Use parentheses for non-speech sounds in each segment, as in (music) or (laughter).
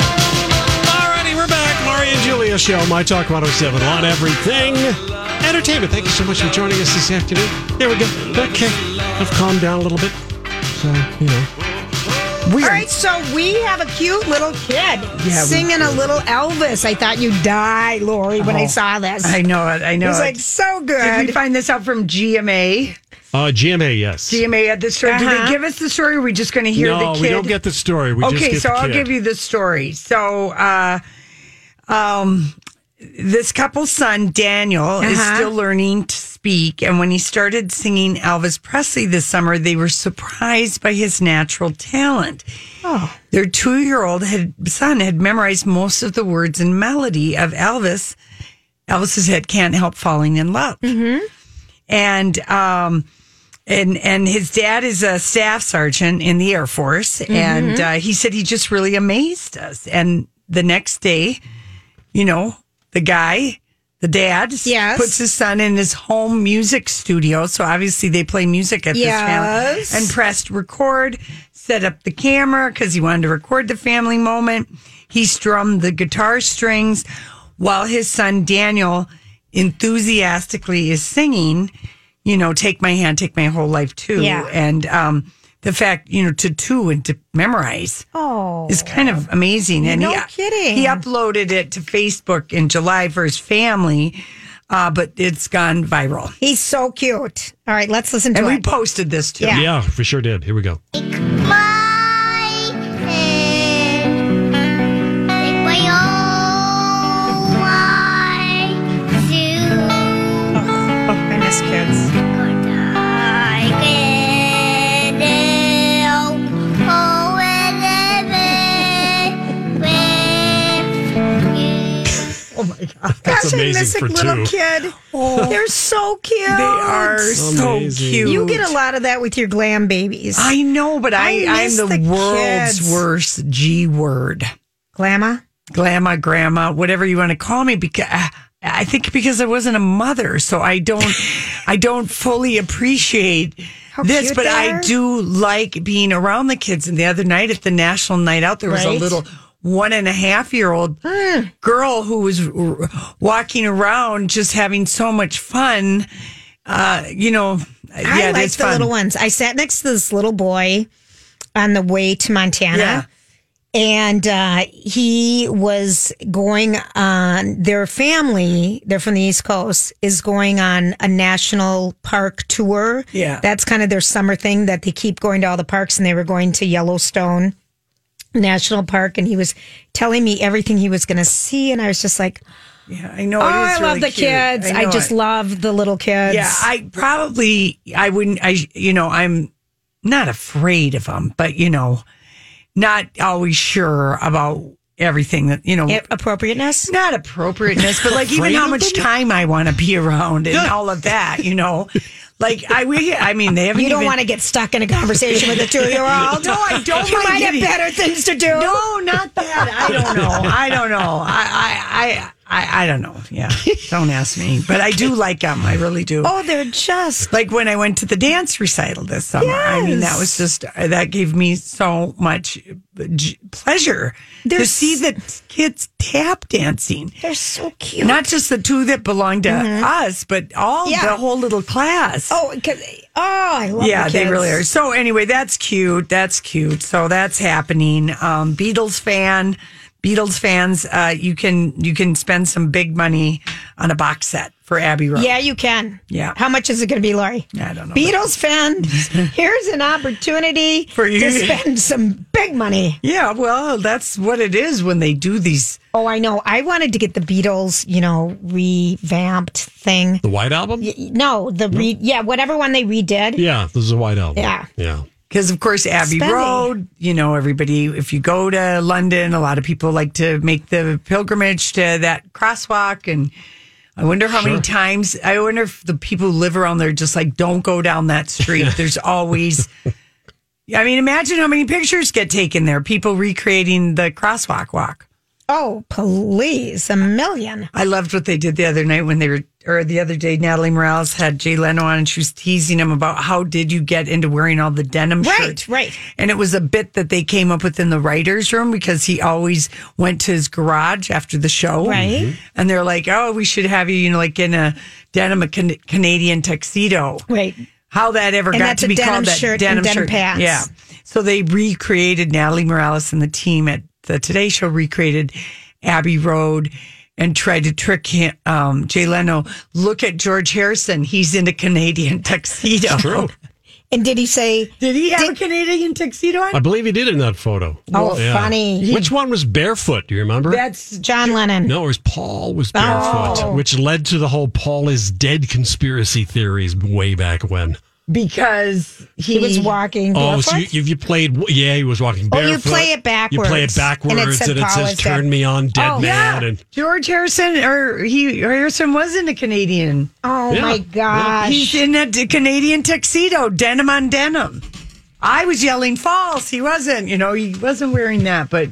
Alrighty, we're back. Mari and Julia show, My Talk 107 on everything. Entertainment. Thank you so much for joining us this afternoon. There we go. Okay. I've calmed down a little bit. So, you know. All right, so we have a cute little kid we singing a little Elvis. I thought you'd die, Lori, when I Oh, saw this. I know it. I It know was it. like so Did good. we find this out from GMA? Uh, GMA, yes. GMA had the story. Did Uh-huh. they give us the story? Or are we just going to hear no, the we kid? don't get the story. We just okay, get so the I'll kid. give you the story. So, uh, um, this couple's son Daniel is Uh-huh. still learning to speak, and when he started singing Elvis Presley this summer, they were surprised by his natural talent. Oh. Their two-year-old had, son had memorized most of the words and melody of Elvis. Elvis's head can't help falling in love, Mm-hmm. and um, and and his dad is a staff sergeant in the Air Force, Mm-hmm. and uh, he said he just really amazed us. And the next day, you know, the guy, the dad, s- Yes. puts his son in his home music studio. So obviously they play music at this Yes. family, and pressed record, set up the camera because he wanted to record the family moment. He strummed the guitar strings while his son Daniel enthusiastically is singing you know, take my hand, take my whole life too. Yeah. And um, the fact, you know, to do and to memorize oh, is kind of amazing. And No he, kidding. He uploaded it to Facebook in July for his family, uh, but it's gone viral. he's so cute. All right, let's listen to And we it. posted this too. Yeah. Yeah, for sure did. Here we go. Take my hand, take my whole life too. I miss kids. Could I get out? Oh, and live with you. That's Gosh, I amazing miss a for little two. kid. They're so cute. Oh. They are so Amazing. cute. You get a lot of that with your glam babies. I know, but I, I I am miss the, the world's kids. worst G word. Glamma. Glamma, grandma, whatever you want to call me, because I think because I wasn't a mother, so I don't, I don't fully appreciate this. cute But they I are. do like being around the kids. And the other night at the national night out, there was Right. Hmm. a little one and a half year old girl who was r- walking around, just having so much fun. Uh, you know, yeah, I like it's the fun. little ones. I sat next to this little boy on the way to Montana. Yeah. and uh, he was going on their family they're from the east coast is going on a national park tour Yeah. that's kind of their summer thing that they keep going to all the parks and they were going to yellowstone national park and he was telling me everything he was going to see and i was just like Yeah, I know. oh it is i love really the cute. kids i, know just it. love the little kids Yeah, I probably I wouldn't. I you know I'm not afraid of them, but you know, not always sure about everything that you know. A- appropriateness not appropriateness, but like even Afraid how of much them? time I want to be around and all of that, you know. Like I, we, I mean, they haven't. you don't even- want to get stuck in a conversation with a two-year-old (laughs) No, I don't you mind might have getting- better things to do No, not that. I don't know. I don't know. I, I, I, I, I don't know. Yeah, don't ask me. But I do like them. I really do. Oh, they're just Like when I went to the dance recital this summer. I mean, that was just uh, that gave me so much uh, j- pleasure to There's- see the kids tap dancing. they're so cute. Not just the two that belonged to us, but all Mm-hmm. Yeah. the whole little class. oh, 'cause- oh, I love. yeah, the they kids. really are. So anyway, that's cute. That's cute. So that's happening. Um, Beatles fan, Beatles fans, uh, you can you can spend some big money on a box set for Abbey Road. Yeah, you can. Yeah. How much is it going to be, Lori? I don't know. Beatles (laughs) fan, here's an opportunity For you. to spend some big money. Yeah, well, that's what it is when they do these. Oh, I know. I wanted to get the Beatles, you know, revamped thing. The White Album? No, the re yeah, whatever one they redid. Yeah, this is a White Album. Yeah. Yeah. Because, of course, Abbey Spending. Road, you know, everybody, if you go to London, a lot of people like to make the pilgrimage to that crosswalk. And I wonder how many times, I wonder if the people who live around there just like don't go down that street. There's always, I mean, imagine how many pictures get taken there, people recreating the crosswalk walk. Oh, please, a million. I loved what they did the other night when they were, or the other day, Natalie Morales had Jay Leno on and she was teasing him about how did you get into wearing all the denim Right, shirts. right. And it was a bit that they came up with in the writer's room because he always went to his garage after the show. Right. Mhm. And they're like, oh, we should have you, you know, like in a denim, a can- Canadian tuxedo. Right. How that ever And got that's to a be denim called that shirt and denim denim shirt. pants. Yeah. So they recreated Natalie Morales and the team at the Today Show recreated Abbey Road and tried to trick him, um, Jay Leno. Look at George Harrison; he's in a Canadian (laughs) tuxedo. True. And did he say, Did he have a Canadian tuxedo on? I believe he did in that photo. Oh, funny. Which one was barefoot? Do you remember? That's John Lennon? no, it was Paul was barefoot, Oh. which led to the whole Paul is dead conspiracy theories way back when. because he, He was walking. Oh, so barefoot? you, you, you played? Yeah, he was walking Oh, barefoot. you play You it play it backwards, backwards, and it and it, said Paul says is dead. "Turn me on, dead Oh, Yeah, man." And George Harrison or he Harrison was in a Canadian. oh Yeah. my He's gosh. in a d- Canadian tuxedo, denim on denim. I was yelling false. He wasn't. You know, he wasn't wearing that. But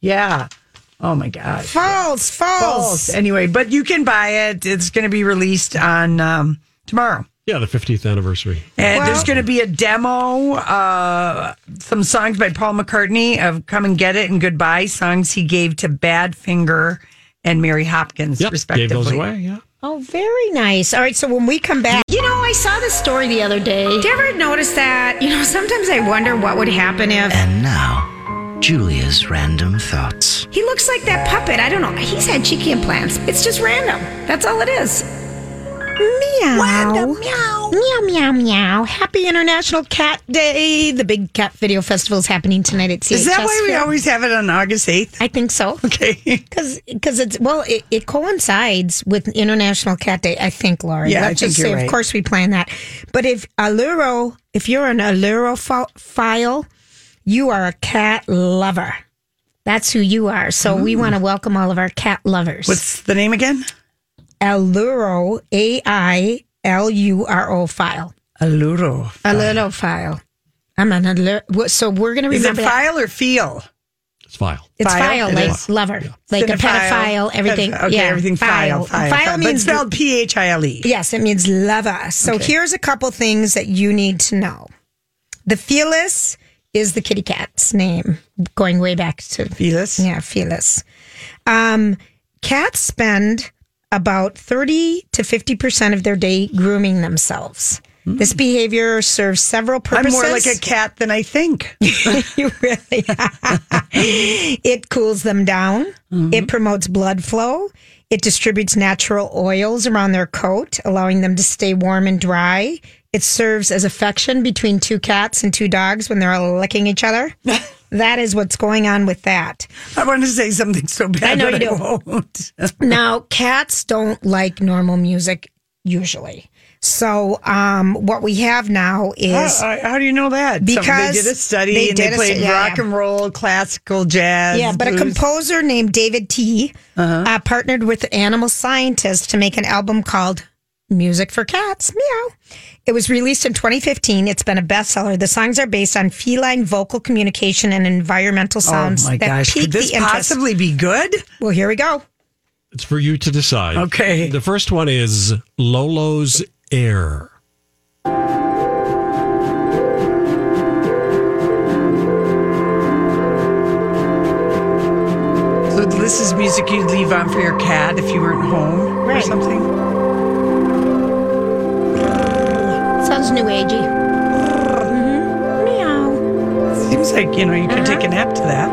yeah. Oh my God. False, false. False. Anyway, but you can buy it. It's going to be released on um, tomorrow. yeah, the 50th anniversary. And there's going to be a demo, uh, some songs by Paul McCartney of Come and Get It and Goodbye, songs he gave to Badfinger and Mary Hopkins, Yep, respectively. gave those away. Yeah. Oh, very nice. All right, so when we come back, You know, I saw this story the other day. do you ever notice that? You know, sometimes I wonder what would happen if And now, Julia's random thoughts. He looks like that puppet. I don't know. He's had cheeky implants. It's just random. That's all it is. meow. meow. Meow, meow, meow. Happy International Cat Day. The big cat video festival is happening tonight at CHS. Is that why we Field. always have it on August 8th? I think so. (laughs) Okay. Because it's, well, it, it coincides with International Cat Day, I think, Laura. Yeah, I Let's think just you're say, right. of course, we plan that. But if Alluro, if you're an Alluro file, you are a cat lover. That's who you are. So we want to welcome all of our cat lovers. Mm. What's the name again? Alluro, A I L U R O file. Aluro. Alluro file. I'm an Alluro. So we're going to Is it remember that. file or feel? It's file. It's File? file, It like is. lover, like a Cinephile. pedophile, everything. Okay, yeah, everything file. File, means but spelled P H I L E. Yes, it means lava. So here's a couple things that you need to know. The Felis is the kitty cat's name, going way back to Felis. yeah, Felis. Um, cats spend about thirty to fifty percent of their day grooming themselves. This behavior serves several Hmm. I'm purposes. more like a cat than I think. (laughs) you really it cools them down it promotes blood flow it distributes natural oils around their coat allowing them to stay warm and dry it serves as affection between two cats and two dogs when they're all licking each other that is what's going on with that (laughs) I want to say something so bad, I know but you I do. won't. now cats don't like normal music usually so um, what we have now is How, how do you know that? Some- Because they did a study they and did they a played stu- yeah, rock yeah. and roll, classical, jazz. Yeah, but a blues. composer named David T. Uh-huh. uh partnered with animal scientists to make an album called Music for Cats. Meow. It was released in 2015. It's been a bestseller. The songs are based on feline vocal communication and environmental Oh sounds my that gosh! pique Could this the interest. possibly be good? well, here we go. It's for you to decide. Okay. The first one is Lolo's Air. So this is music you'd leave on for your cat if you weren't home or Right. something. Sounds new agey. Mm-hmm. Meow. Seems like you know you could Uh-huh. take a nap to that.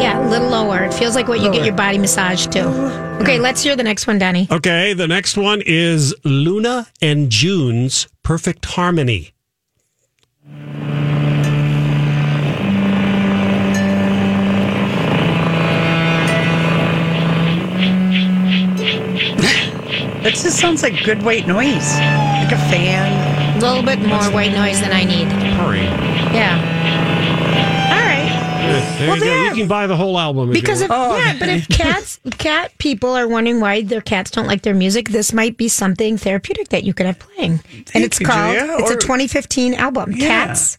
Yeah, a little lower. It feels like what you get your body massage to. Uh-huh. Okay, let's hear the next one, Donnie. Okay, the next one is Luna and June's Perfect Harmony. That just sounds like good white noise, like a fan. A little bit more white noise than I need. Hurry. Yeah. All right. There Well, you go. there- You can buy the whole album if you Because if want. yeah, but if Oh. (laughs) cats cat people are wondering why their cats don't like their music, this might be something therapeutic that you could have playing. and it's you, called Julia, it's or- a 2015 album. Cats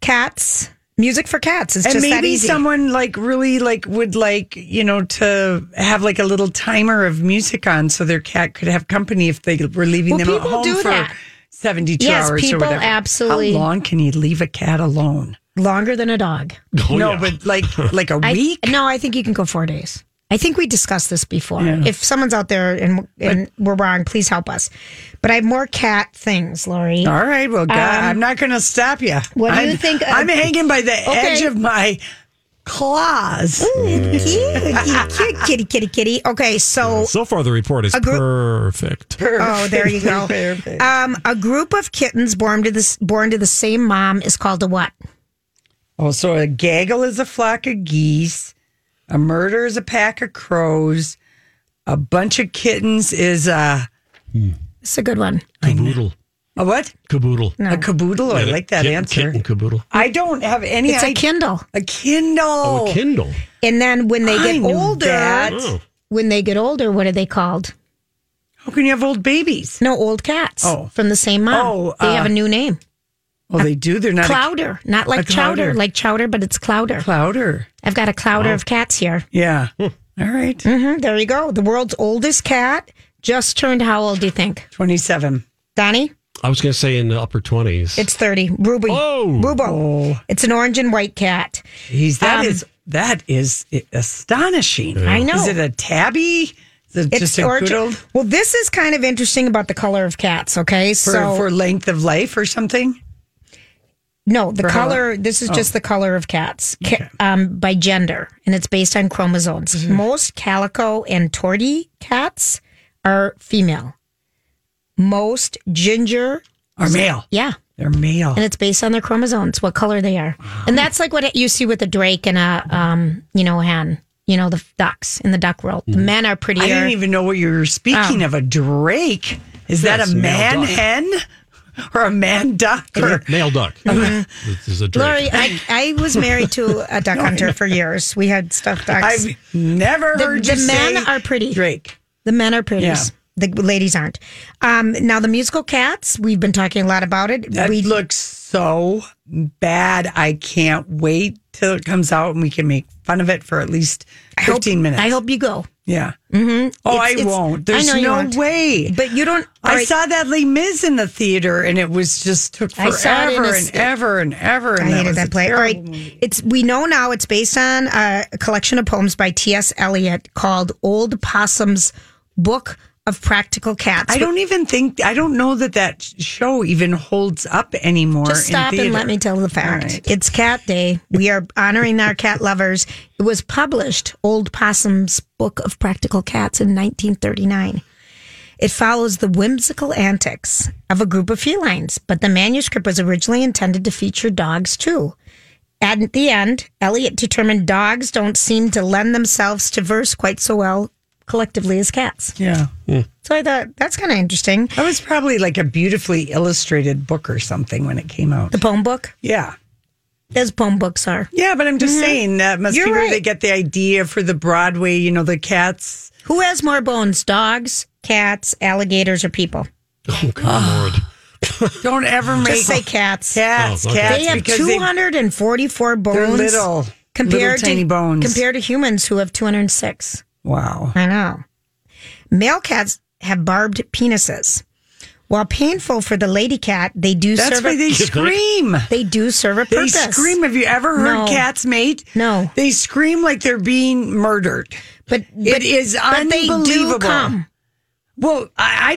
Cats Music for Cats. It's And just that maybe easy. someone like really like would like you know to have like a little timer of music on so their cat could have company if they were leaving Well, them at people home do for that. seventy two Yes, hours people or whatever. absolutely- How long can you leave a cat alone? Longer than a dog. (laughs) Oh, no, yeah. but (laughs) like like a I- week. No, I think you can go four days. I think we discussed this before. If someone's out there and, and we're wrong, please help us. But I have more cat things, Lori. All right, well, God, I'm not going to stop you. Um, what do I'm, you think of- I'm hanging by the edge Okay. of my claws. Cute, cute, cute, (laughs) kitty, kitty, kitty. Okay, so so far the report is A group- perfect. oh, there you go. Um, a group of kittens born to this born to the same mom is called a what? Also, Oh, a gaggle is a flock of geese. A murder is a pack of crows. A bunch of kittens is a, It's a good one. Caboodle. a what? Caboodle. A caboodle. I like that Kitten- answer. Kitten caboodle. I don't have any It's a idea. Kindle. a Kindle. Oh, a Kindle. And then when they I get knew older, that. Oh. when they get older, what are they called? How can you have old babies? No, old cats Oh. from the same mom. Oh, they uh, have a new name. Well, they do. They're not a Clouder, not like a chowder, clouder. like chowder, but it's clouder. clouder. I've got a clouder of cats here. Yeah. All right. hmm there you go. The world's oldest cat just turned how old do you think? 27. Donnie? I was going to say in the upper 20s. It's 30. Ruby. Oh. Rubo. It's an orange and white cat. He's that Um, is that is astonishing. I know. Is it a tabby? Is it just a orange- good old Well, this is kind of interesting about the color of cats, okay? for, so, for length of life or something? no, the for how Oh. color, this is just the color of cats ca- um, by gender, and it's based on chromosomes. Mm-hmm. Most calico and tortie cats are female. Most ginger, Or male? yeah. They're male. and it's based on their chromosomes, what color they are, and that's like what you see with a drake and a um, you know, hen, you know, the ducks in the duck world. The men are Oh. prettier. Mm-hmm. I didn't even know what you were speaking of. A drake. Is that Yes, a male man duck. hen (laughs) or a man duck? Or, male (laughs) duck. Uh-huh. this is a drake. Lori, I, I was married to a (laughs) duck hunter for years. We had stuffed ducks. I've never The, heard the you say men are pretty. drake. The men are pretty. Yeah. The ladies aren't. Um, now the musical cats. We've been talking a lot about it. That we looks so bad. I can't wait till it comes out and we can make fun of it for at least I hope- fifteen minutes. I hope you go, Yeah. Mm-hmm. Oh, It's- I it's- won't. I There's know you no won't. way. but you don't. I all right, saw that Les Mis in the theater, and it was just took I forever saw it in a and st- ever and ever. And I hated was a that play. All terrible right, it's we know now it's based on uh, a collection of poems by T. S. Eliot called "Old Possum's Book of Practical Cats." I don't even think I don't know that that show even holds up anymore. Just stop in and theater. let me tell the fact. All right. It's Cat Day. We are honoring our cat lovers. It was published, Old Possum's Book of Practical Cats, in 1939. It follows the whimsical antics of a group of felines, but the manuscript was originally intended to feature dogs too. At the end, Eliot determined dogs don't seem to lend themselves to verse quite so well collectively as cats. Yeah, So I thought that's kind of interesting. that was probably like a beautifully illustrated book or something when it came out. The poem book, Yeah, as poem books are. yeah, but I'm just saying that must Mm-hmm. You're be where right. they get the idea for the Broadway. You know, the cats. Who has more bones, dogs, cats, alligators, or people? (laughs) Oh, Ah. God, Lord. Don't ever make (laughs) Just say cats. cats. Oh, okay. Cats. They have because they- 244 bones. They're little, compared little tiny to, bones. Compared to humans who have 206. wow. I know. Male cats have barbed penises. While painful for the lady cat, they do That's serve why a, they scream. they do serve a They purpose. scream. Have you ever heard No. cats mate? No. They scream like they're being murdered. but, It is but they do unbelievable. come. Well, I,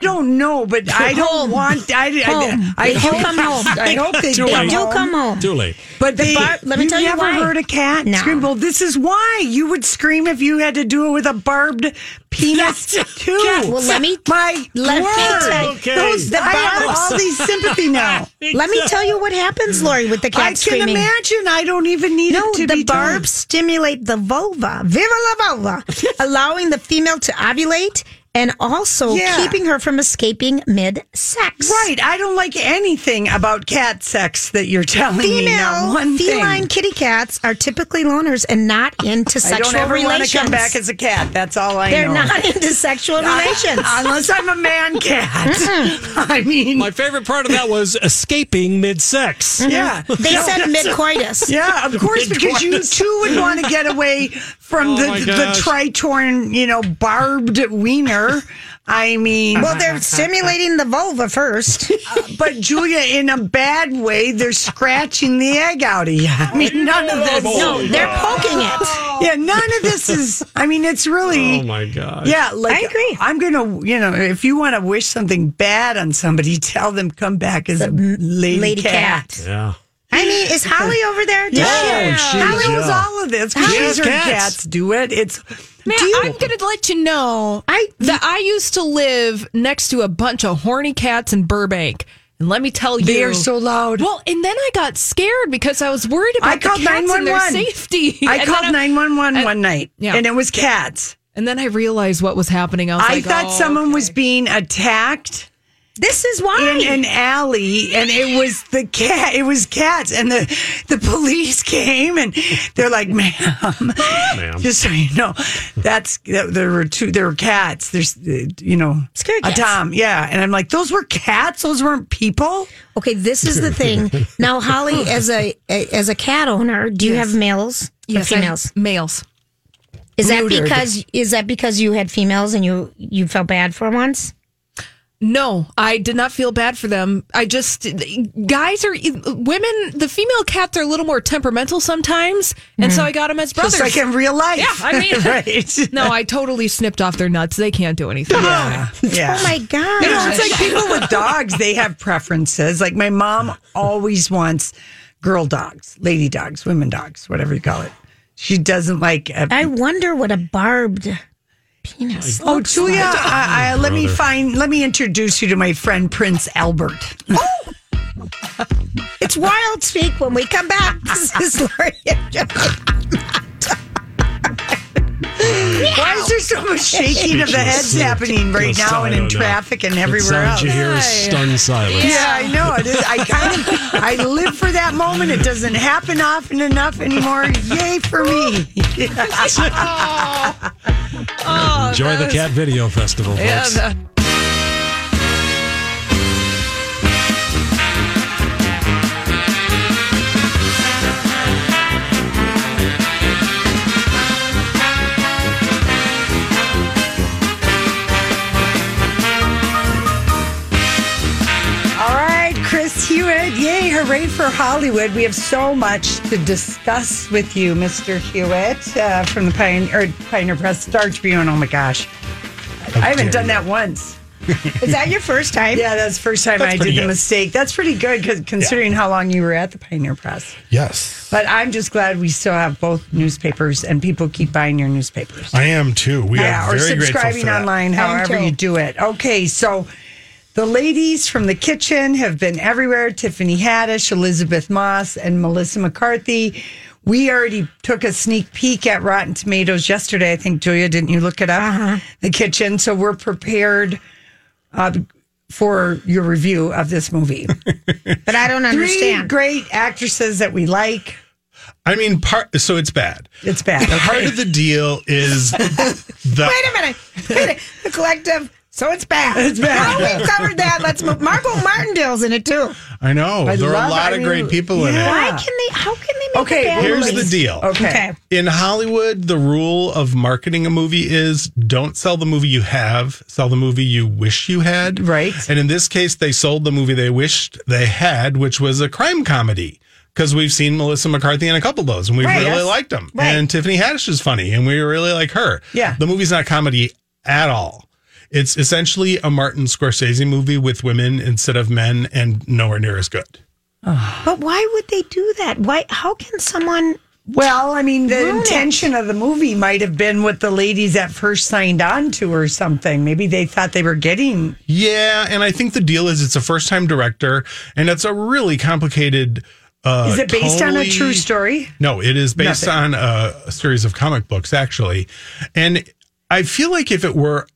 I don't know, but I don't want. I, I, Home. I, They do come home. I hope they Too do late. They do Oh, come home. Too late. But they, bar- let me you've tell you never why. heard a cat No. scream. Well, this is why you would scream if you had to do it with a barbed penis too. Well, let me- My let me word. tell you- Okay. Those, The I have barbed- all these sympathy now. Let me tell you what happens, Lori, with the (laughs) cat I can screaming. imagine. I don't even need No, it to the be done. barbs stimulate the vulva, viva la (laughs) vulva, allowing the female to ovulate and also Yeah. keeping her from escaping mid sex. Right. I don't like anything about cat sex that you're telling me now. Female, One feline thing. kitty cats are typically loners and not into I sexual don't ever want relations. to come back as a cat. That's all I They're know. not (laughs) into sexual (laughs) relations. Unless I'm a man cat. (laughs) I mean, My favorite part of that was escaping mid sex. (laughs) yeah. they said mid coitus. Yeah, of course, because you too would want to get away from Oh my the the gosh. tritorn, you know, barbed wiener. I mean, Uh-huh. Well, they're stimulating the vulva (laughs) first. but Julia, in a bad way, they're scratching the egg out of you. I mean, none of this. Oh No, they're (laughs) poking it. Yeah, none of this is. I mean, it's really. Oh my god. Yeah, like I agree. I'm gonna, you know, if you want to wish something bad on somebody, tell them come back as a lady, Lady cat. cat. Yeah. I mean, is Holly over there? Does Yeah. she- Oh, she- Holly knows Yeah. all of this. She She's has heard cats. cats do it. It's Man, Do you- I'm going to let you know I- that I used to live next to a bunch of horny cats in Burbank. And let me tell you, They are so loud. Well, and then I got scared because I was worried about I the called cats and their 911. safety. I And called then nine one one one night, yeah. and it was cats. And then I realized what was happening. I was I like, thought oh, someone okay. was being attacked This is why. in an alley, and it was the cat. It was cats, and the the police (laughs) came, and they're like, "Ma'am, Ma'am. (laughs) just so you know, that's there were two. There were cats. There's uh, you know, Scared a cats. Tom, yeah." And I'm like, "Those were cats. Those weren't people." Okay, this is the thing. Now, Holly, as a as a cat owner, do you have males or oh, Yes, I- females? males. is that neutered. because is that because you had females and you you felt bad for once? No, I did not feel bad for them. I just guys are e, women. The female cats are a little more temperamental sometimes, and so I got them as brothers. Just Mm. like in real life. Yeah, I mean- (laughs) (laughs) right? no, I totally snipped off their nuts. They can't do anything. Yeah. (laughs) yeah. Oh my god! You know, it's like people with dogs, they have preferences. Like my mom always wants girl dogs, lady dogs, women dogs, whatever you call it. She doesn't like. uh, A, I wonder what a barbed penis. oh, Julia, I, I, let me find, let me introduce you to my friend Prince Albert. It's wild speak when we come back. (laughs) This is Lori. and Julia. Why is there so (laughs) much shaking of the heads Speechless. happening right Yes, now I and in don't know. traffic and The everywhere sound else? you hear is stunned silence. Yeah, I know it is. I kind of I live for that moment. It doesn't happen often enough anymore. Yay for me! Enjoy the Cat Video Festival, folks. Yeah, the- All right, Chris Hewitt. Yay, hooray for Hollywood. We have so much to discuss with you, Mr. Hewitt, uh, from the Pioneer, or Pioneer Press Star Tribune. Oh my gosh. I haven't done that once. Is that your first time? Yeah, that's the first time That's I pretty did the good. mistake. That's pretty good 'cause- considering how long you were at the Pioneer Press. Yes. But I'm just glad we still have both newspapers and people keep buying your newspapers. I am too. We yeah, are or very grateful subscribing for that. online, however you do it. Okay, so the ladies from the kitchen have been everywhere. Tiffany Haddish, Elizabeth Moss, and Melissa McCarthy. We already took a sneak peek at Rotten Tomatoes yesterday. I think Julia, didn't you look it up? The kitchen. So we're prepared uh, for your review of this movie. but I don't Three understand. great actresses that we like. I mean, part. So it's bad. It's bad. Part of the deal is (laughs) Wait the. a minute. Wait a minute. The collective. So it's bad. It's bad. Well, we covered that. Let's move. Margot Martindale's in it too. I know I there are love- a I lot of mean, great people in it. Why can they? How can they make Okay, a bad Here's movie? the deal. Okay. Okay. In Hollywood, the rule of marketing a movie is don't sell the movie you have, sell the movie you wish you had. Right. And in this case, they sold the movie they wished they had, which was a crime comedy. Because we've seen Melissa McCarthy in a couple of those, and we Right, really yes. liked them. Right. And Tiffany Haddish is funny, and we really like her. Yeah. The movie's not comedy at all. It's essentially a Martin Scorsese movie with women instead of men, and nowhere near as good. But why would they do that? Why? How can someone? Well, I mean, the Ruin it. intention of the movie might have been what the ladies at first signed on to or something. Maybe they thought they were getting. Yeah, and I think the deal is it's a first time director, and it's a really complicated. Uh, Is it based on a tonally- true story? No, it is based Nothing. on a, a series of comic books, actually. And I feel like if it were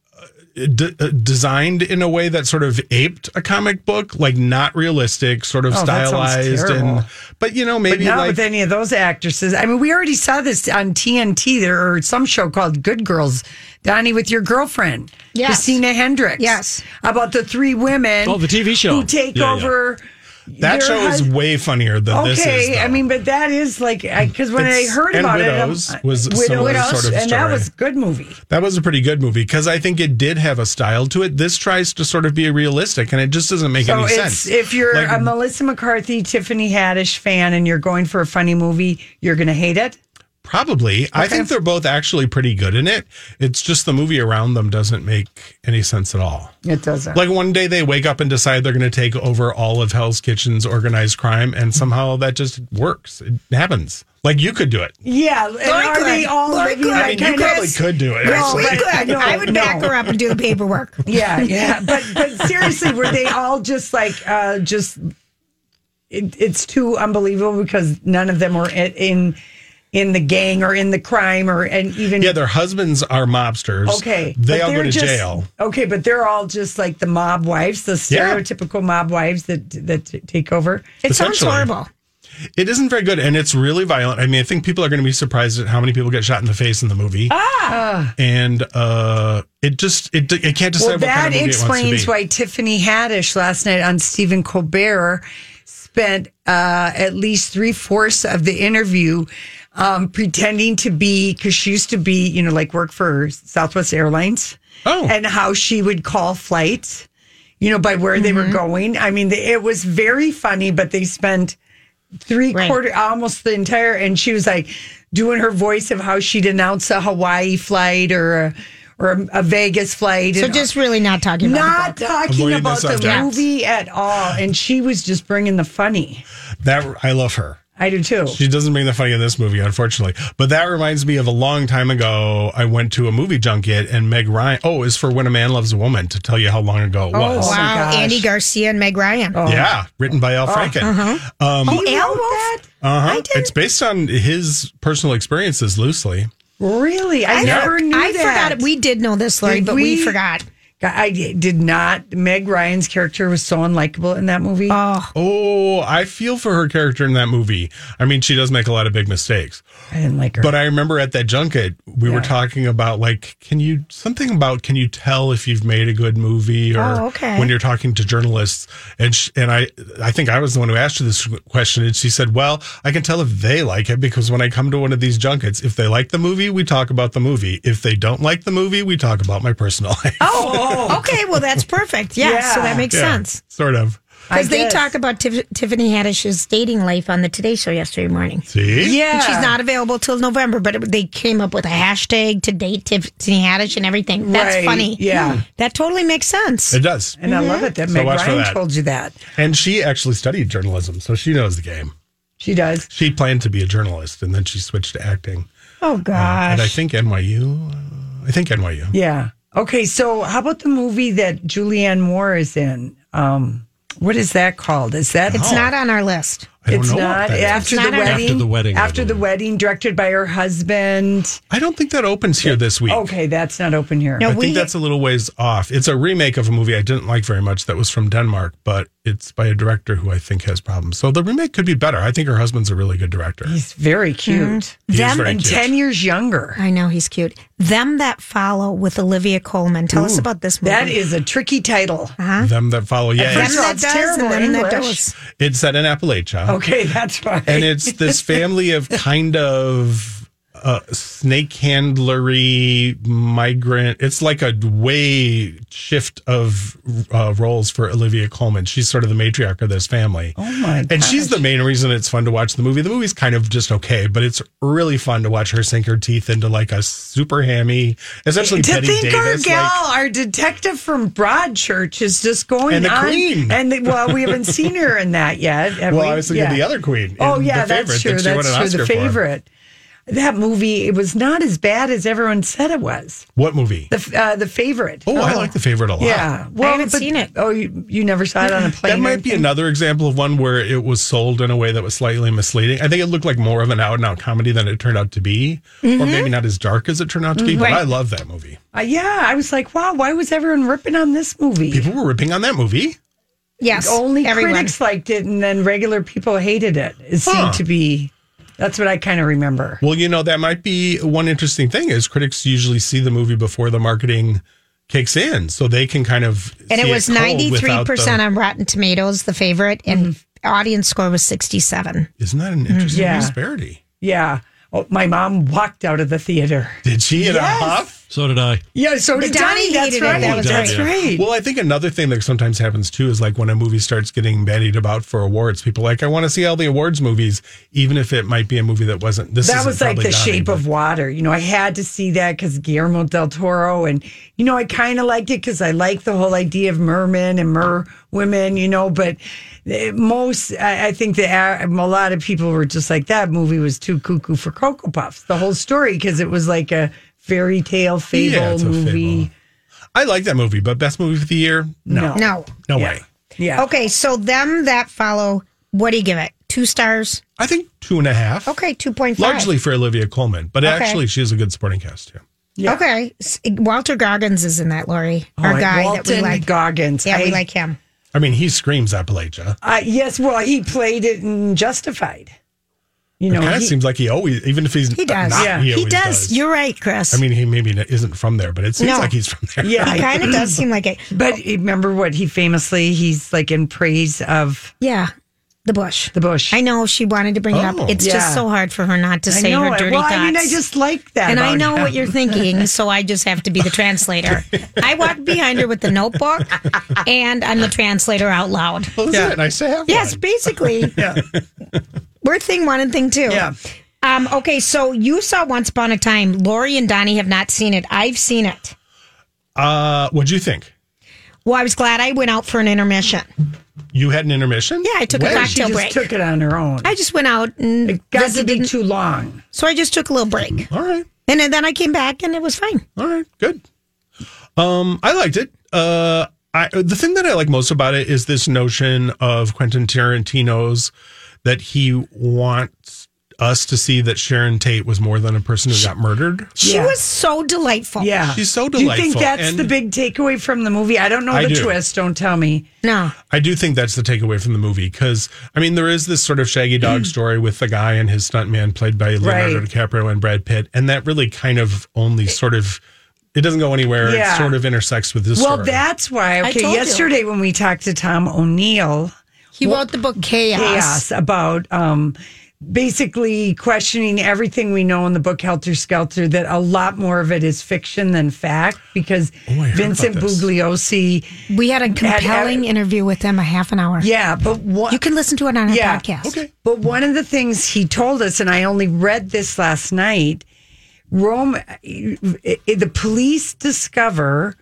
uh, de- uh, designed in a way that sort of aped a comic book, like not realistic, sort of Oh, that sounds stylized, terrible. and but you know But maybe not like with any of those actresses. I mean, we already saw this on TNT. There or some show called Good Girls. Donnie with your girlfriend, Yes. Christina Hendricks. Yes. about the three women. Oh, the TV show. who take Yeah, yeah. over. that their show is hus- way funnier than Okay, this is. though. I mean, but that is like because when It's- I heard and about Widows it, I'm- uh, was a similar sort of and that story. was a good movie. That was a pretty good movie because I think it did have a style to it. This tries to sort of be realistic, and it just doesn't make So any it's sense. if you're Like- a Melissa McCarthy, Tiffany Haddish fan, and you're going for a funny movie, you're going to hate it. Probably, I Okay. think they're both actually pretty good in it. It's just the movie around them doesn't make any sense at all. It doesn't. Like one day they wake up and decide they're going to take over all of Hell's Kitchen's organized crime, and somehow that just works. It happens. Like you could do it. yeah, and are could. they all Lori living could. I like mean, you kind of- probably could do it. Yes, we actually. could. No, I would no. back her up and do the paperwork. (laughs) Yeah, yeah, but but seriously, were they all just like uh just? It, it's too unbelievable because none of them were in- in in the gang or in the crime or and even Yeah, their husbands are mobsters. Okay. uh, they but all go they're to just- jail. Okay, but they're all just like the mob wives, the Yeah. stereotypical mob wives that that t- take over. (laughs) It sounds Essentially. horrible. It isn't very good, and it's really violent. I mean, I think people are going to be surprised at how many people get shot in the face in the movie. Ah, And uh, it just it, it can't decide well, what kind that of movie it wants explains to be. why Tiffany Haddish last night on Stephen Colbert spent uh, at least three fourths of the interview um, pretending to be because she used to be, you know, like work for Southwest Airlines. Oh. and how she would call flights, you know, by where they were Mm-hmm. going. I mean, it was very funny, but they spent three Right. quarter almost the entire and she was like doing her voice of how she'd announce a hawaii flight or a, or a, a vegas flight So and just really not talking about it. not talking Avoiding the about the, subject. movie at all and she was just bringing the funny That I love her. i do too She doesn't bring the funny in this movie, unfortunately. But that reminds me of a long time ago. I went to a movie junket, and Meg Ryan. Oh, is for When a Man Loves a Woman. To tell you how long ago it was. Oh, my Wow, gosh. Andy Garcia and Meg Ryan. Yeah, written by Oh. Oh. Al (laughs) Franken. Uh-huh. Um, Oh, Al Wolf? uh-huh. It's based on his personal experiences loosely. really i, I, never for- knew I that forgot. We did know this, Lori, Did but we, we? forgot. i did not meg ryan's character was so unlikable in that movie Oh, Oh, I feel for her character in that movie. I mean, she does make a lot of big mistakes. i didn't like her But I remember at that junket, we were Yeah. talking about like, can you something about can you tell if you've made a good movie or Oh, okay. when you're talking to journalists? And sh- and I I think I was the one who asked her this question, and she said, "Well, I can tell if they like it because when I come to one of these junkets, if they like the movie, we talk about the movie. If they don't like the movie, we talk about my personal life. oh okay. Well, that's perfect. Yeah, so Yeah. that makes Yeah, sense. sort of. Because they talk about Tif- Tiffany Haddish's dating life on the Today Show yesterday morning. See? And she's not available till November, but it, they came up with a hashtag to date Tiffany Haddish and everything. That's Right, funny. yeah. That totally makes sense. It does. And I love Mm-hmm. it that So Meg watch for Ryan that. told you that. And she actually studied journalism, so she knows the game. She does. She planned to be a journalist, and then she switched to acting. Oh gosh. Uh, And I think NYU. uh, I think NYU. Yeah. Okay. So, how about the movie that Julianne Moore is in? Um, what is that called? Is that It's not on our list. I don't it's know what not that is. after It's the not on- wedding. After the wedding, I After the believe. wedding, directed by her husband. I don't think that opens here this week. Okay, that's not open here. I No, we- think that's a little ways off. It's a remake of a movie I didn't like very much that was from Denmark, but it's by a director who I think has problems. So the remake could be better. I think her husband's a really good director. He's very cute. He Them is Mm-hmm. very and cute. ten years younger. I know he's cute. Them that follow with Olivia Coleman. Tell us about this movie. That is a tricky title. Uh-huh. Them that follow, yeah. Them first- It's, that it's does terrible and them that English. does. it's set in Appalachia, Okay, that's right. and it's (laughs) this family of kind of uh, snake handlery migrant. It's like a way shift of uh, roles for Olivia Coleman. She's sort of the matriarch of this family. oh my god. And she's the main reason it's fun to watch the movie. The movie's kind of just okay, but it's really fun to watch her sink her teeth into like a super hammy, essentially to Betty think our Davis. gal, like, our detective from Broadchurch, is just going And the on. queen. And the, well, we (laughs) haven't seen her in that yet. have well, we? I was thinking Yeah. the other queen. in Oh yeah, The that's Favourite true. that she won that's an true. The Oscar for. favorite. That movie, it was not as bad as everyone said it was. What movie? The f- uh, the favorite. oh, I like the favorite a lot. Yeah, well, haven't but- seen it. Oh, you, you never saw it on a plane. That or might be anything? another example of one where it was sold in a way that was slightly misleading. I think it looked like more of an out and out comedy than it turned out to be, Mm-hmm. or maybe not as dark as it turned out to be. But I love that movie. Uh, yeah, I was like, wow, why was everyone ripping on this movie? People were ripping on that movie. Yes. Only everyone. critics liked it, and then regular people hated it. It seemed Huh. to be. That's what I kind of remember. Well, you know, that might be one interesting thing is critics usually see the movie before the marketing kicks in, so they can kind of And it see was cold ninety three without percent the- on Rotten Tomatoes, the favorite, and Mm-hmm. audience score was sixty seven. Isn't that an interesting Yeah. disparity? Yeah. Oh, my mom walked out of the theater. Did she in Yes. a huff? So did I. Yeah, so But did Donnie Donnie. That's hated it. right. That was that's right. right. Well, I think another thing that sometimes happens too is like when a movie starts getting bandied about for awards, people are like I want to see all the awards movies, even if it might be a movie that wasn't. This that isn't was like probably the Donnie, shape but- of water you know i had to see that because guillermo del toro and you know i kind of liked it because i like the whole idea of mermen and mer women you know but eh, most i, I think that a a lot of people were just like that movie was too cuckoo for cocoa puffs the whole story because it was like a fairy tale fable Yeah, it's a movie fable. I like that movie, but best movie of the year? No, no, No. Yeah. way. yeah Okay, so them that follow, what do you give it? Two stars. I think two and a half. Okay, two point five. largely for Olivia Colman, but Okay. actually she is a good supporting cast too. yeah. Okay, S- Walter Goggins is in that, Lori. All our right, guy Oh, Walton that we like. Goggins. yeah, we I- like him. I mean, he screams Appalachia. Uh, yes, well, he played it in Justified. You know, it kind of he- seems like he always, even if he's He does. not, Yeah. he, He always does. does. You're right, Chris. I mean, he maybe isn't from there, but it seems No. like he's from there. yeah, he (clears throat) kind of does seem like it. But remember what he famously he's like in praise of Yeah, the bush. the bush. I know she wanted to bring it Oh. up. It's Yeah. just so hard for her not to I say know her it. dirty well, thoughts. I mean, I just like that. and I about know him. what you're (laughs) thinking, so I just have to be the translator. I walk behind her with the notebook, and I'm the translator out loud. (laughs) Well, that's it. I say have Yes, one. basically. (laughs) Yeah. We're thing one and thing two. Yeah. Um, okay, so you saw Once Upon a Time. Lori and Donnie have not seen it. I've seen it. Uh, what'd you think? Well, I was glad I went out for an intermission. You had an intermission? Yeah, I took a When? cocktail. She just break. took it on her own. I just went out and it got to visited- be too long. so I just took a little break. All right. And then I came back and it was fine. All right. Good. Um, I liked it. Uh, I, the thing that I like most about it is this notion of Quentin Tarantino's that he wants us to see that Sharon Tate was more than a person who got murdered. She Yeah. was so delightful. Yeah. She's so Do you delightful, think that's and- the big takeaway from the movie? I don't know I the do. twist. Don't tell me. No. I do think that's the takeaway from the movie because I mean there is this sort of shaggy dog story with the guy and his stuntman played by Mm. Leonardo Right. DiCaprio and Brad Pitt, and that really kind of only sort of it doesn't go anywhere. Yeah. It sort of intersects with this. Well, story. that's why. I Okay, told you. yesterday when we talked to Tom O'Neill, He wrote the book Chaos. chaos about um basically questioning everything we know in the book Helter Skelter that a lot more of it is fiction than fact because Vincent Bugliosi we had a compelling interview with him a half an hour. Yeah, but what you can listen to it on our podcast. Okay. But one of the things he told us and I only read this last night, Rome it- it- the police discover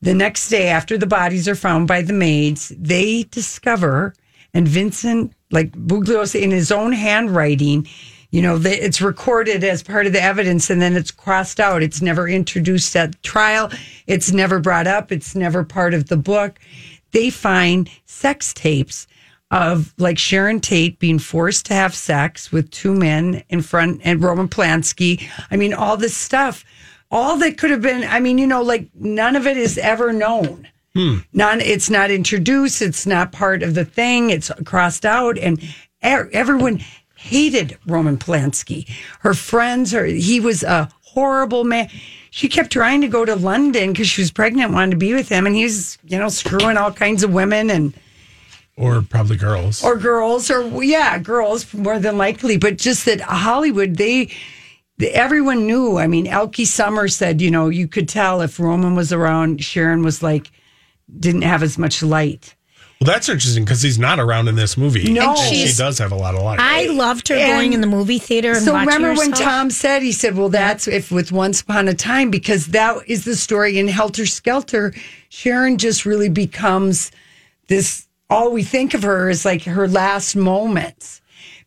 the next day after the bodies are found by the maids, they discover and Vincent, like Buglios, in his own handwriting, you know, that it's recorded as part of the evidence and then it's crossed out. It's never introduced at trial. It's never brought up. It's never part of the book. They find sex tapes of like Sharon Tate being forced to have sex with two men in front and Roman Polanski. I mean, all this stuff, all that could have been, I mean, you know, like none of it is ever known. None, it's not introduced. It's not part of the thing. It's crossed out, and er, everyone hated Roman Polanski. Her friends, her he was a horrible man. She kept trying to go to London because she was pregnant, wanted to be with him, and he's you know screwing all kinds of women and or probably girls. or girls or yeah girls more than likely but just that hollywood they everyone knew i mean elkie summer said you know you could tell if roman was around sharon was like didn't have as much light well, that's interesting because he's not around in this movie. No. and And she she's- does have a lot of life. I loved her And- going in the movie theater and so watching remember when herself. tom said he said well that's if with once upon a time because that is the story in helter skelter sharon just really becomes this all we think of her is like her last moments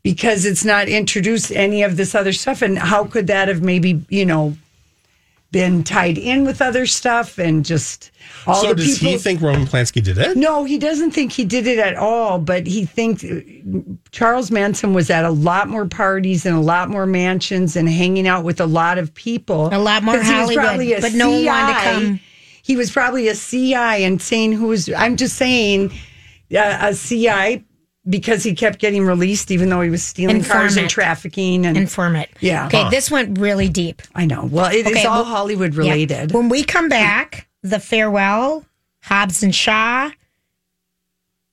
because it's not introduced any of this other stuff and how could that have maybe you know been tied in with other stuff and just all so the does people he think Roman Polanski did it? no, he doesn't think he did it at all, but he thinks uh, Charles Manson was at a lot more parties and a lot more mansions and hanging out with a lot of people. A lot more 'Cause he was Hollywood, probably a but no one wanted to come. He was probably a CI and saying who was, I'm just saying, uh, a CI because he kept getting released even though he was stealing cars and Informant. trafficking and Informant. Yeah. Okay, this went really deep. I know. Well, it is Okay, all well- Hollywood related. When we come back, the farewell, Hobbs and Shaw,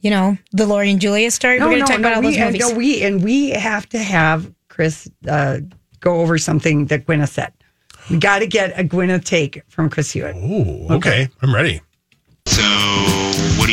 you know, the Lori and Julia story. We're going to talk about all we, those movies. No, we and we have to have Chris uh, go over something that Gwyneth said. We got to get a Gwyneth take from Chris Hewitt. Ooh, okay, I'm ready. So, what are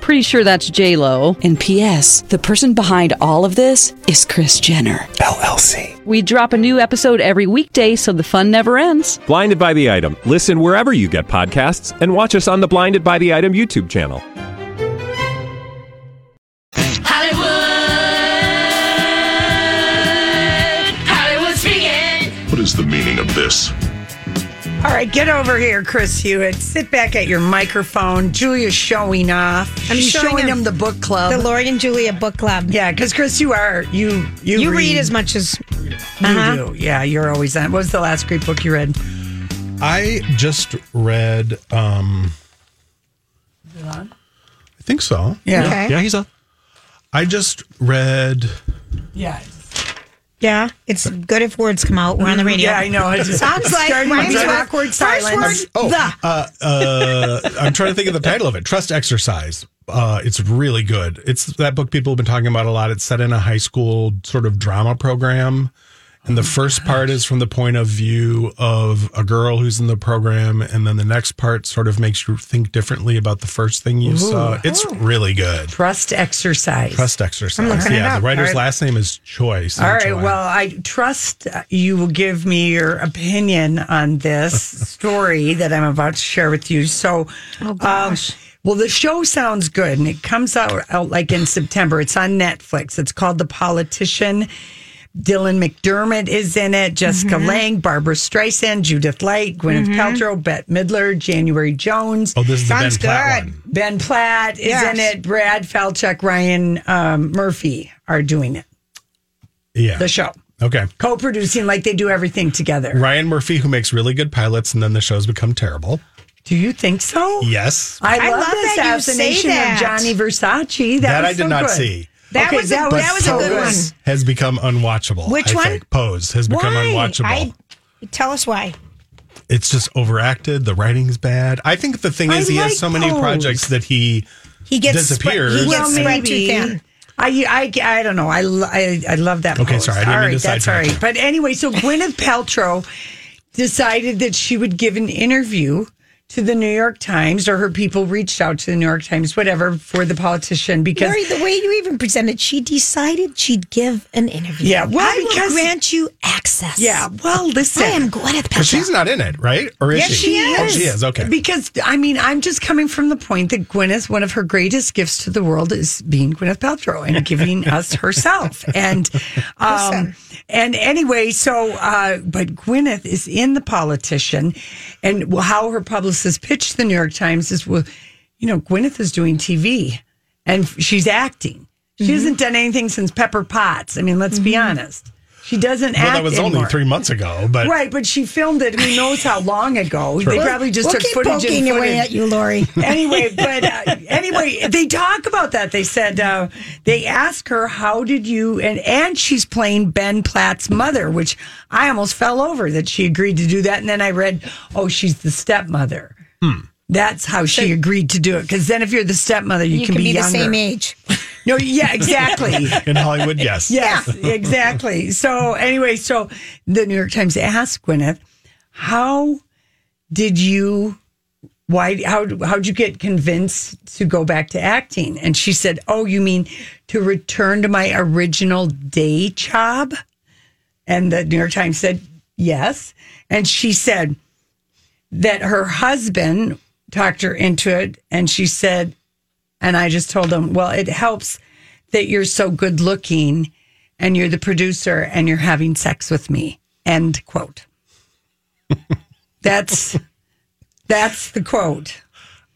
Pretty sure that's J Lo. And P.S. The person behind all of this is Chris Jenner LLC. We drop a new episode every weekday, so the fun never ends. Blinded by the item. Listen wherever you get podcasts, and watch us on the Blinded by the Item YouTube channel. Hollywood, Hollywood speaking. What is the meaning of this? All right, get over here, Chris Hewitt. Sit back at your microphone. Julia's showing off. I'm She's showing showing, him him the book club. the Lori and Julia book club. Yeah, because Chris, you are you you, You read as much as you Uh-huh. do. Yeah, you're always on. What was the last great book you read? I just read. um I think so. Yeah. Okay. Yeah, he's on. I just read. Yeah. Yeah, it's good if words come out. We're on the radio. Mm-hmm. Yeah, I know. I just- (laughs) Sounds like Starting mine's with an word- awkward first silence. word, the. Uh, uh, I'm trying to think of the title of it. Trust Exercise. Uh, it's really good. It's that book people have been talking about a lot. It's set in a high school sort of drama program. And Oh the first part is from the point of view of a girl who's in the program. And then the next part sort of makes you think differently about the first thing you Ooh. oh. saw. It's really good. Trust exercise. Trust Exercise. looking it yeah, up. the All writer's right. last name is Choice. All right. Well, I trust you will give me your opinion on (laughs) this story that I'm about to share with you. So, Oh, um, well, the show sounds good and it comes out, out like in September. It's on Netflix. It's called The Politician. Dylan McDermott is in it, Jessica Mm-hmm. Lange, Barbara Streisand, Judith Light, Gwyneth Paltrow, Bette Midler, January Jones. Oh, this is the Ben Sounds Platt good. one. Ben Platt is Yes. in it. Brad Falchuk, Ryan um, Murphy are doing it. yeah. The show Okay. co-producing like they do everything together. Ryan Murphy, who makes really good pilots, and then the shows become terrible. Do you think so? Yes. I, I love, love the that you say assassination of that. Johnny Versace. That, That I was did so not good. see. That was a- Oh, that was a good Pose one. Has become unwatchable. Which I one? Think. Pose has become Why? unwatchable. I, tell us why. it's just overacted. The writing's bad. I think the thing I is, he like has so many those. projects that he He gets spread- disappears. he gets and- spread too thin. I, I, I don't know. I, lo- I, I love that. Okay, post. sorry, I didn't all mean right, to that's all sidetrack right. But anyway, so Gwyneth Paltrow decided that she would give an interview to the New York Times, or her people reached out to the New York Times, whatever, for the politician because Mary, the way you even presented, she decided she'd give an interview. Yeah, well, I because- will grant you access. Yeah, well, listen. I am Gwyneth Paltrow. Because she's not in it, right? Or is yes, she, is. Oh, she is. Okay. Because I mean, I'm just coming from the point that Gwyneth, one of her greatest gifts to the world, is being Gwyneth Paltrow (laughs) and giving us herself. And um, and anyway, so uh, but Gwyneth is in the politician, and how her publicist pitched the New York Times is, well, you know, Gwyneth is doing TV, and she's acting. She Mm-hmm. hasn't done anything since Pepper Potts. I mean, let's be honest. She doesn't well, act that was only anymore. three months ago, but right, but she filmed it. Who knows how long ago? They (laughs) True. probably just We'll took keep footage. and poking footage. away at you, Lori. (laughs) Anyway, but uh, anyway, they talk about that. They said uh, they ask her, "How did you?" And and she's playing Ben Platt's mother, which I almost fell over that she agreed to do that. And then I read, "Oh, she's the stepmother." Hmm. That's how she agreed to do it. Because then, if you're the stepmother, you, You can be the younger. same age. No, yeah, (laughs) exactly. (laughs) in Hollywood, yes. Yes, exactly. So anyway, so the New York Times asked Gwyneth, "How did you? Why? How? How'd you get convinced to go back to acting?" And she said, "Oh, you mean to return to my original day job?" And the New York Times said, "Yes." And she said that her husband talked her into it, and she said, and I just told him, well, it helps that you're so good looking and you're the producer and you're having sex with me. End (laughs) quote. that's that's the quote.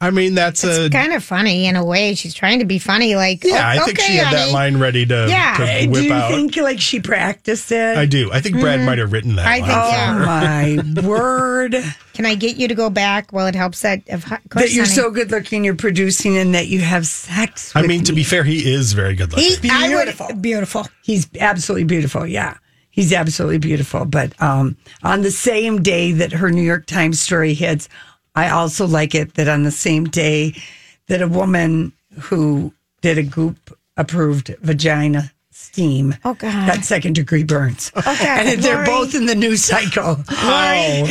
I mean, that's a. Kind of funny in a way. She's trying to be funny. Like, yeah, oh, I think okay, she had that honey. line ready to, Yeah. to Do whip you out. think like she practiced it? Oh, I do. I think Brad might have written that. Mm-hmm. I think, yeah. My (laughs) word. Can I get you to go back? Well, it helps that. Of course, that you're honey. so good looking, you're producing and that you have sex I with mean, to me. be fair, he is very good looking. He- I would- Beautiful. beautiful. He's absolutely beautiful. Yeah. He's absolutely beautiful. But um, on the same day that her New York Times story hits, I also like it that on the same day that a woman who did a goop approved vagina steam Oh, God. got second degree burns. Okay, and they're Lori. both in the news cycle. Lori.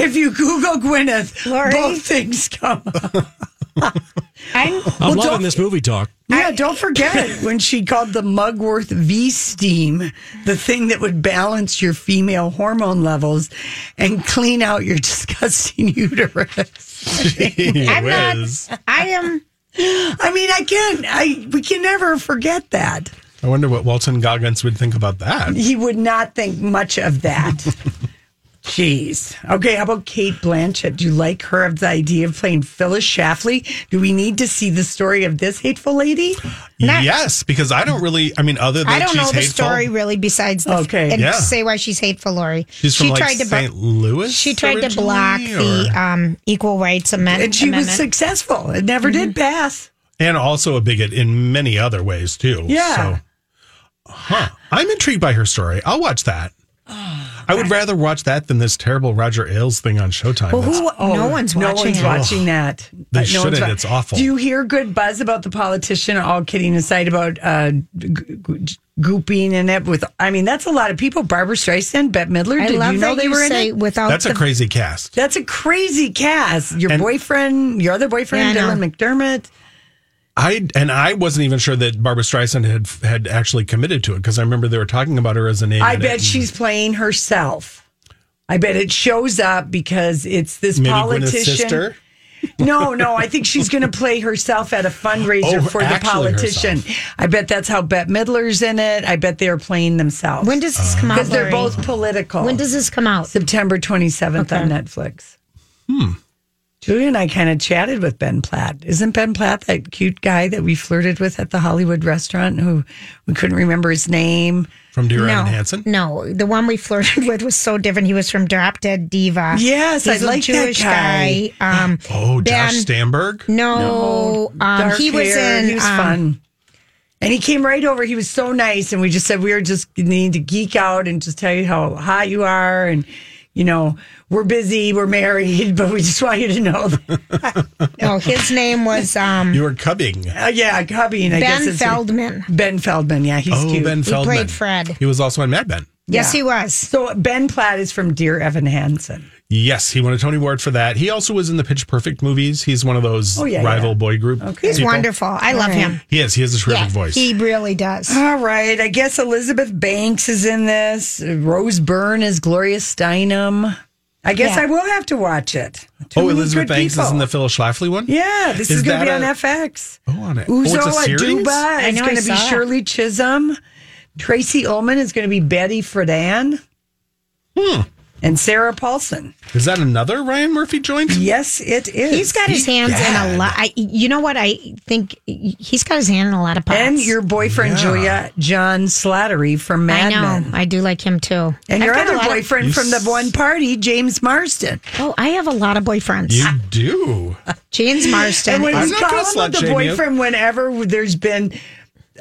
If you Google Gwyneth, Lori. both things come up. (laughs) I'm, (laughs) I'm Well, don't- loving this movie talk. Yeah, don't forget when she called the Mugworth V steam the thing that would balance your female hormone levels and clean out your (laughs) disgusting uterus. (laughs) Gee I'm not. whiz. I am. I mean, I can't. I we can never forget that. I wonder what Walton Goggins would think about that. He would not think much of that. Jeez. Okay, how about Kate Blanchett? Do you like her of the idea of playing Phyllis Schlafly? Do we need to see the story of this hateful lady? Not- yes, because I don't really. I mean, other than I don't she's know the hateful, story really besides the Okay. and Yeah. say why she's hateful, Lori. She's from she like tried to bu- St. Louis. she tried to originally, block the or- um, equal rights amend- And she was amendment. successful. It never did pass. and also a bigot in many other ways too. Yeah. So, huh. I'm intrigued by her story. I'll watch that. Oh, I would rather watch that than this terrible Roger Ailes thing on Showtime. Well, That's- who? no one's no watching one's it. watching that. no They one's shouldn't. wa- It's awful. Do you hear good buzz about the politician? All kidding aside about uh, g- g- gooping and it with. I mean, that's a lot of people. Barbara Streisand, Bette Midler. I did love you know that they you were in say it? without that's a the- crazy cast. That's a crazy cast. Your And- boyfriend, your other boyfriend, Yeah, I Dylan know. McDermott. I and I wasn't even sure that Barbara Streisand had had actually committed to it because I remember they were talking about her as a name. I in it, bet and she's playing herself. I bet it shows up because it's this maybe Gwyneth's politician. sister. No, no, I think she's going to play herself at a fundraiser Oh, for the actually politician. I bet that's how Bette Midler's in it. I bet they're playing themselves. When does this come out? Because Uh-huh. they're Lori? both political. When does this come out? September 27th on Netflix. Hmm. Julia and I kind of chatted with Ben Platt. Isn't Ben Platt that cute guy that we flirted with at the Hollywood restaurant who we couldn't remember his name? from Dear no, Evan Hansen. no, the one we flirted with was so different. He was from Drop Dead Diva. Yes, I He's a like that Jewish guy. guy. (gasps) Um, Oh, Ben- Josh Stamberg. No, um, Dark he was hair. in. He was um, fun. And he came right over. He was so nice. And we just said, we are just need to geek out and just tell you how hot you are. And, you know, we're busy, we're married, (laughs) but we just want you to know. That. no, oh, his (laughs) name was. Um, you were cubbing. Uh, yeah, cubbing. I guess Ben it's- Feldman. Ben Feldman. Yeah, he's oh, cute. Ben Feldman. He played Fred. He was also on Mad Men. Yes, he was. So Ben Platt is from Dear Evan Hansen. Yes, he won a Tony Award for that. He also was in the Pitch Perfect movies. He's one of those Oh, yeah, rival yeah. boy group. He's people. wonderful. I love him. He is. He has a terrific Yeah, voice. Oh, He really (gasps) does. (laughs) All right. I guess Elizabeth Banks is in this. Rose Byrne is Gloria Steinem. I guess Yeah. I will have to watch it. Too oh, many Elizabeth good Banks people. is in the Phyllis Schlafly one? Yeah, this is, going to that be on a- FX. Oh, on it. Uzo oh, it's a series? Aduba I is know, I going to be saw it. Shirley Chisholm. Tracy Ullman is going to be Betty Friedan. Hmm. And Sarah Paulson. Is that another Ryan Murphy joint? Yes, it is. He's got his hands in a lot. I, you know what? I think he's got his hand in a lot of pots. And your boyfriend, Yeah. Julia John Slattery from I Mad know. Men. I do like him too. And your I've got a other lot of- boyfriend You from the s- one party, James Marston. oh, I have a lot of boyfriends. You do. James Marston. And when I'm you not gonna call him slut the shame you. boyfriend, whenever there's been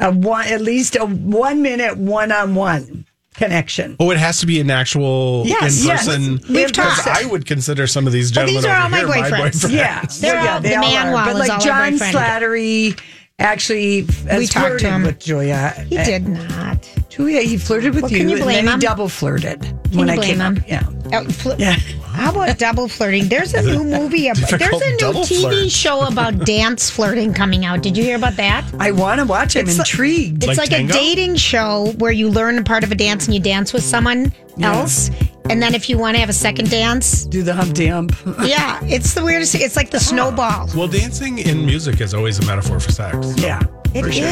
a one, at least a one minute one on one connection. Oh, it has to be an actual Yes, in yes. person. We've Because talked. I would consider some of these gentlemen Oh, these are over all my here boyfriends. Yeah, They're yeah, all- the man are. wall But is all like our John boyfriend. Slattery actually We has talked to flirted him. with Julia. Uh, he did not. Julia, he flirted with Well, you, can you blame and then him? he double flirted when you I came blame up. Yeah. Oh, fl- Yeah. How about double flirting? There's a new movie. About, there's Difficult a new double TV flirt. show about dance flirting coming out. Did you hear about that? I want to watch. I'm It's like- intrigued. It's like, (laughs) Like a tango? dating show where you learn a part of a dance and you dance with someone else. And then if you want to have a second dance, Do the hump hump. yeah, it's the weirdest. It's like the snowball. Well, dancing in music is always a metaphor for sex. Yeah. It is.